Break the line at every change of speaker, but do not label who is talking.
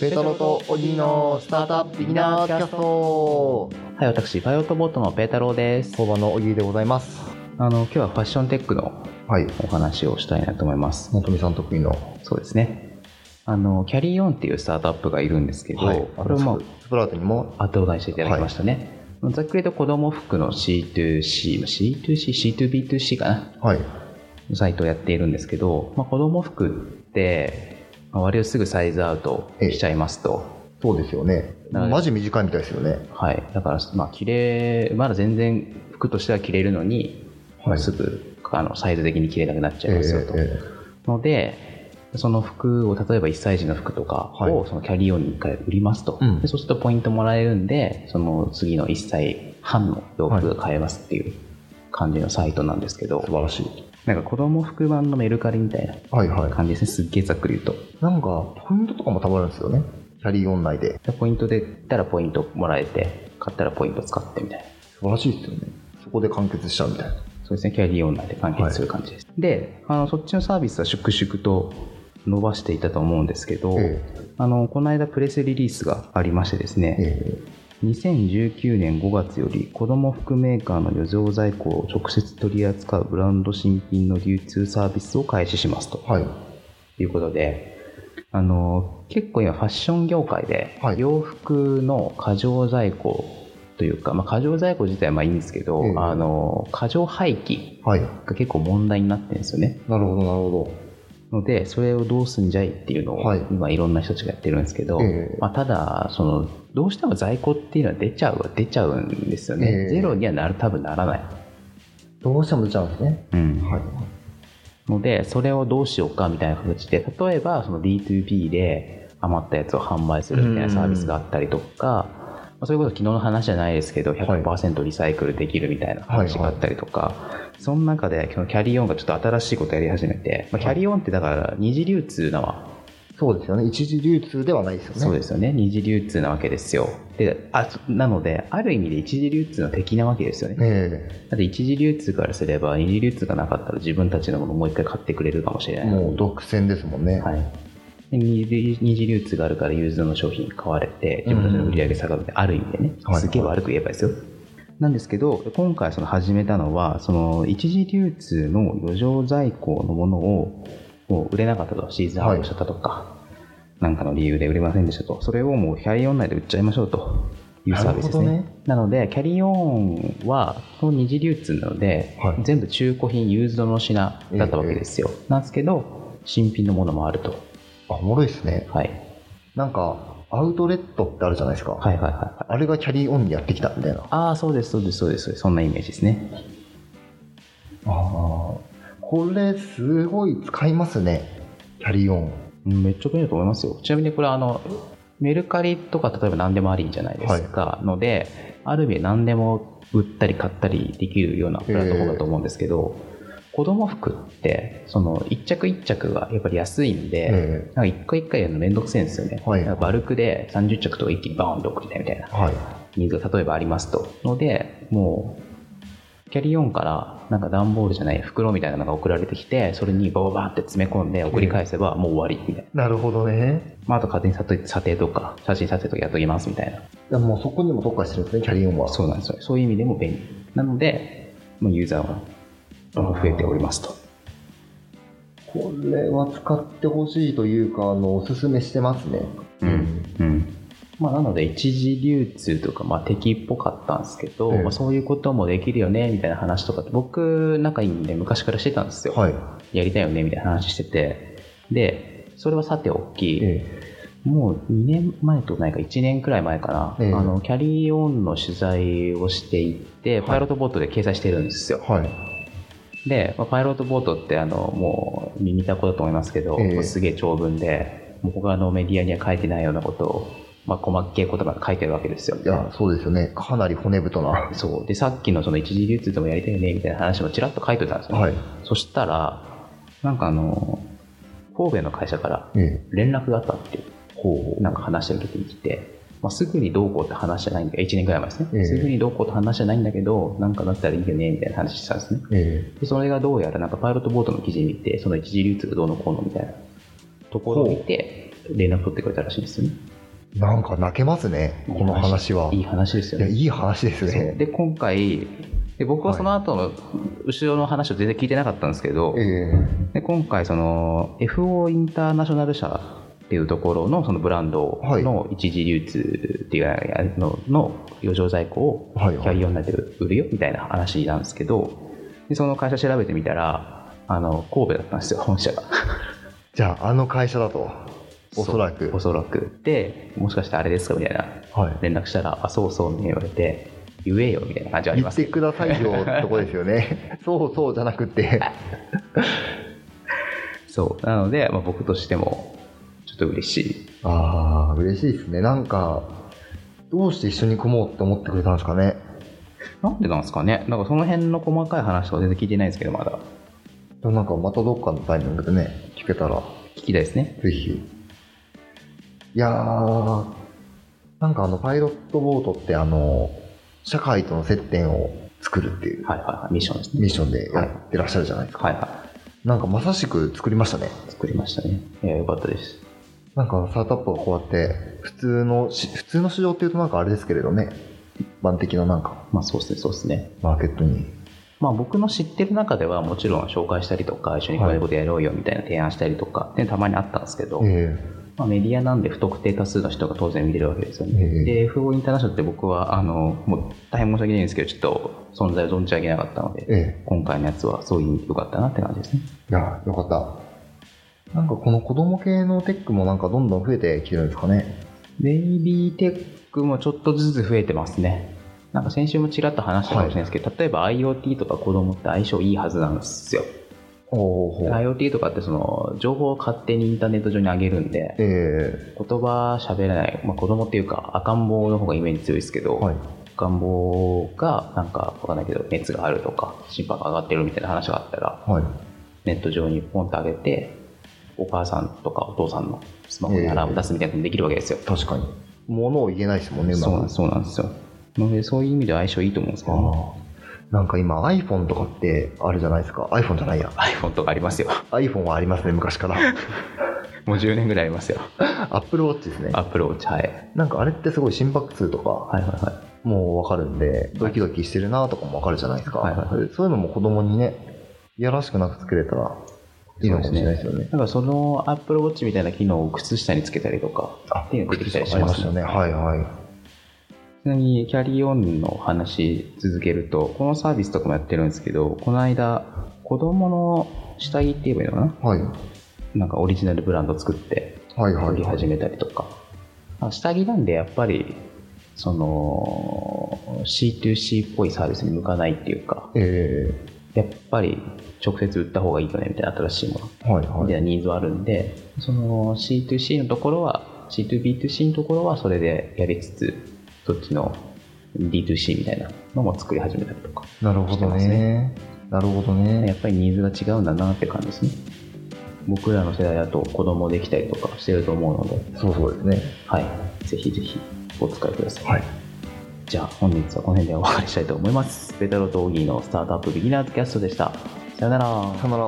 ペトロとオギーのスタートアップビギナーキャスト
はい、私、バイオットボットのペータローです。
工場のオギーでございます
あの、今日はファッションテックの
はい
お話をしたいなと思います。
本富さん得意の
そうですね。あの、キャリーオンっていうスタートアップがいるんですけど、これも
スプラウトにも
後ほどにしていただきましたね。ざっくりと子供服の C2C、C2C、C2B2C かな
はい
サイトをやっているんですけど、まあ、子供服って、まあ割とすぐサイズアウトしちゃいますと。
そうですよね
はい
マジ短いみたいですよね
はい、だから、まあ、着れまだ全然服としては着れるのに、
はい
まあすぐあのサイズ的に着れなくなっちゃい
え
ますよと、
ええ
のでその服を例えば1歳児の服とかを、
は
そのキャリーオンに1回売りますと、
うん
でそうするとポイントもらえるんでその次の1歳半の洋服が買えますっていう感じのサイトなんですけど、
素晴らしい
なんか子供服版のメルカリみたい
はいは
ない感じですねすっげえざっくり言うと
なんかポイントとかもたまるんですよねキャリーオン内で
でポイントで行ったらポイントもらえて買ったらポイント使ってみたいな
素晴らしいですよねそこで完結しちゃうみたいな
そうですね、キャリーオンラインで完結する感じです。であの、そっちのサービスは粛々と伸ばしていたと思うんですけど、
え
あのこの間プレスリリースがありましてです
え
ね、
え
2019年5月より子供服メーカーの余剰在庫を直接取り扱うブランド新品の流通サービスを開始しますと
えはい
いうことで、あの結構今ファッション業界で
はい
洋服の過剰在庫というか、まあ、過剰在庫自体はまあいいんですけど、
ええ
あの過剰廃棄
はい
が結構問題になってるんですよね。
なるほどなるほ
ので、それをどうすんじゃいっていうのを、
はい
今いろんな人たちがやってるんですけど、
ええ
まあ、ただ、その、どうしても在庫っていうのは出ちゃうは出ちゃうんですよね。
ええ
ゼロにはなる、多分ならない。
どどうしても出ちゃうんですねはい
ので、それをどうしようかみたいな形で、例えば、その B2B で余ったやつを販売するみたいなサービスがあったりとか、まあそれこそ昨日の話じゃないですけど、100%リサイクルできるみたいな話があったりとか、その中で、そのキャリーオンがちょっと新しいことやり始めて、まあ、キャリーオンってだから二次流通なわ
そうですよね一次流通ではないですよね
そうですよね二次流通なわけですよであそなのである意味で一次流通の敵なわけですよね、
え
だって一次流通からすれば二次流通がなかったら自分たちのものをもう一回買ってくれるかもし
え
れない、
もう独占ですもんね、
はい、で二次二次流通があるからユーズドの商品買われて自分たちの売り上げ下がるってある意味でね、
はい
すげえ悪く言えばですよ、なんですけど今回その始めたのはその一次流通の余剰在庫のものをもう売れなかったとシーズンアウトしちゃったとか、なんかの理由で売れませんでしたとそれをもうキャリーオン内で売っちゃいましょうというサービスですね
な
な
るほどね
のでキャリーオンはその二次流通なので、
はい
全部中古品ユーズドの品だったわけですよ、なんですけど新品のものもあると
あおもろいですね
はい、
なんかアウトレットってあるじゃないですか、
はいはいはいはい
あれがキャリーオンにやってきたみたいなあ
ああそうですそうですそうですそうですそんなイメージですね
あこれすごい使いますねキャリーオン
うんめっちゃ便利だと思いますよちなみにこれあのメルカリとか例えば何でもありじゃないですか、のである意味で何でも売ったり買ったりできるようなプラットフォームだと思うんですけど、子供服ってその一着一着がやっぱり安いんで、
え
なんか一回一回やるのめんどくせえんですよね、
はい
なんかバルクで30着とか一気にバーンと送りたいみたいな
えはい
ニーズが例えばありますと。ので、もう、キャリーオンから、なんか段ボールじゃない袋みたいなのが送られてきて、それにバババーって詰め込んで送り返せばもう終わりみたいな。
なるほどね
まあ、あと勝手に査定査定とか、写真査定とかやっときますみたいな。
いやもうそこにも特化してるんですねキャリーオンは
そうなんですよ。そういう意味でも便利。なので、もうユーザーは増えておりますと。
これは使ってほしいというかあのおすすめしてますね
うんうんまあ、なので一次流通とか、まあ、敵っぽかったんですけど、
ええ
まあ、そういうこともできるよねみたいな話とかって僕仲いいんで昔からしてたんですよ、
はい
やりたいよねみたいな話しててでそれはさておき、
え
もう2年前とないか1年くらい前かな、
ええ
あのキャリーオンの取材をしていて、パイロットボートで掲載してるんですよ
えはい
で、まあ、パイロットボートってあのもう見たことだと思いますけど、
ええ
もうすげえ長文でもう他のメディアには書いてないようなことを、まあ、細けい言葉で書いてるわけですよ
いやそうですよねかなり骨太なは
そうでさっきのその一次流通でもやりたいよねみたいな話もちらっと書いてたんですよ、
い
そしたらなんかあの神戸の会社から
ええ
連絡があったっていうなんか話を受けてきて、まあ、すぐにどうこうって話じゃないんで1年ぐらい前ですね、
ええ
すぐにどうこうって話じゃないんだけどなんかだったらいいよねみたいな話してたんですね
え
でそれがどうやらなんかパイロットボートの記事見てその一次流通がどうのこうのみたいなところを見て連絡取ってくれたらしいんですよね。
なんか泣けますね、この話はい
い。話ですよ
いや、
ね。
いい話です
そう
ね。
で今回で僕はその後の後ろの話を全然聞いてなかったんですけど、
ええ
で今回その FO インターナショナル社っていうところのそのブランドの一時流通っていうかあのの余剰在庫をキ
はいはい
ャリオンナで売るよみたいな話なんですけどでその会社調べてみたらあの神戸だったんですよ本社が
じゃあ、あの会社だと、おそらく
そうお。そらくでもしかしてあれですかみたいな
はい。
連絡したらあそうそうみたいに言われて言えよみたいな感じはあり
言
ま
っ
す
てくださいよってとこですよ ね。そうそうじゃなくて。
そうなので、まあ、僕としてもちょっと嬉しい
ああ、嬉しいですね。なんか、どうして一緒に組もうって思ってくれたんですかね。
なんでなんですかねなんかその辺の細かい話とか全然聞いてないんですけどまだ
でもなんかまたどっかのタイミングでね、聞けたら、
聞きたいですね
ぜひ。いやー、なんかあの、パイロットボートってあの、社会との接点を作るっていう
はいはいはいミッションですね
ミッションでやってらっしゃるじゃないですか。
はいは
なんかまさしく作りましたね。
い作りましたねいやよかったです
なんかスタートアップがこうやって、普通のし、普通の市場っていうとなんかあれですけれどね、一般的ななんか、
まあそうですねそうですね
マーケットに。
まあ僕の知ってる中ではもちろん紹介したりとか一緒にこういうことやろうよみたいな提案したりとかってたまにあったんですけど、
え
まあ、メディアなんで不特定多数の人が当然見てるわけですよ
ええ
ね。で、FO インターナショナルって僕は、あの、もう大変申し訳ないんですけど、ちょっと存在を存じ上げなかったの
ええ
で、
え
今回のやつはそういう意味でよかったなって感じですね。
いや、よかった。なんかこの子供系のテックもなんかどんどん増えてきてるんですかね。
ベイビーテックもちょっとずつ増えてますね。なんか先週もちらっと話したかもしれないですけど、例えば IoT とか子供って相性いいはずなんですよ。
ほうほうほう。
IoT とかってその情報を勝手にインターネット上に上げるんで、
え
言葉喋らない、まあ、子供っていうか赤ん坊の方がイメージ強いですけど、
えはい。
赤ん坊がなんかわかんないけど熱があるとか心拍が上がってるみたいな話があったら
はい。
ネット上にポンと上げてお母さんとかお父さんのスマホにアラーム出すみたいなのできるわけですよ、
確かに。物を言えないですもんね、
そうなん
く
そうなんですよなのでそういう意味では相性いいと思うんですけど、ね、
あーなんか今 iPhone とかってあるじゃないですか。iPhone じゃないや。
iPhone とかありますよ
iPhone はありますね、昔から。
もう10年ぐらいありますよ
Apple Watch ですね。
Apple Watch はい
なんかあれってすごい心拍数とか、
はいはいは
もうわかるんで、ドキドキしてるなとかもわかるじゃないですか、
はいはいは
そういうのも子供にね、いやらしくなく作れたらいいのかもしれないですよね。
いだからその Apple Watch みたいな機能を靴下につけたりとか
あ
っていうのが出てきたりし
あり
ま
ますし
ね
たね。はいはい。
ちなみにキャリーオンの話続けるとこのサービスとかもやってるんですけどこの間子供の下着って言えばいいのかな
はい。
なんかオリジナルブランド作って
はいは
売
い、
り始めたりとか、あ下着なんでやっぱりその C2C っぽいサービスに向かないっていうか
え
やっぱり直接売った方がいいよねみたいな新しいもの
えはい
み
は
た
い。
いなニーズはあるんで、その C2C のところは、C2B2C のところはそれでやりつつ、そっちの D2C みたいなのも作り始めたりとか、
なるほ
して
ど
ます
ね。なるほど
や
ね。
っぱりニーズが違うんだなって感じですね。僕らの世代だと子供できたりとかしてると思うので、
そうそうですね。
はい、ぜひぜひお使いください。
はい。
じゃあ本日はこの辺でお別れしたいと思います。ペタロとオギーのスタートアップビギナーズキャストでした。さよなら
さよなら。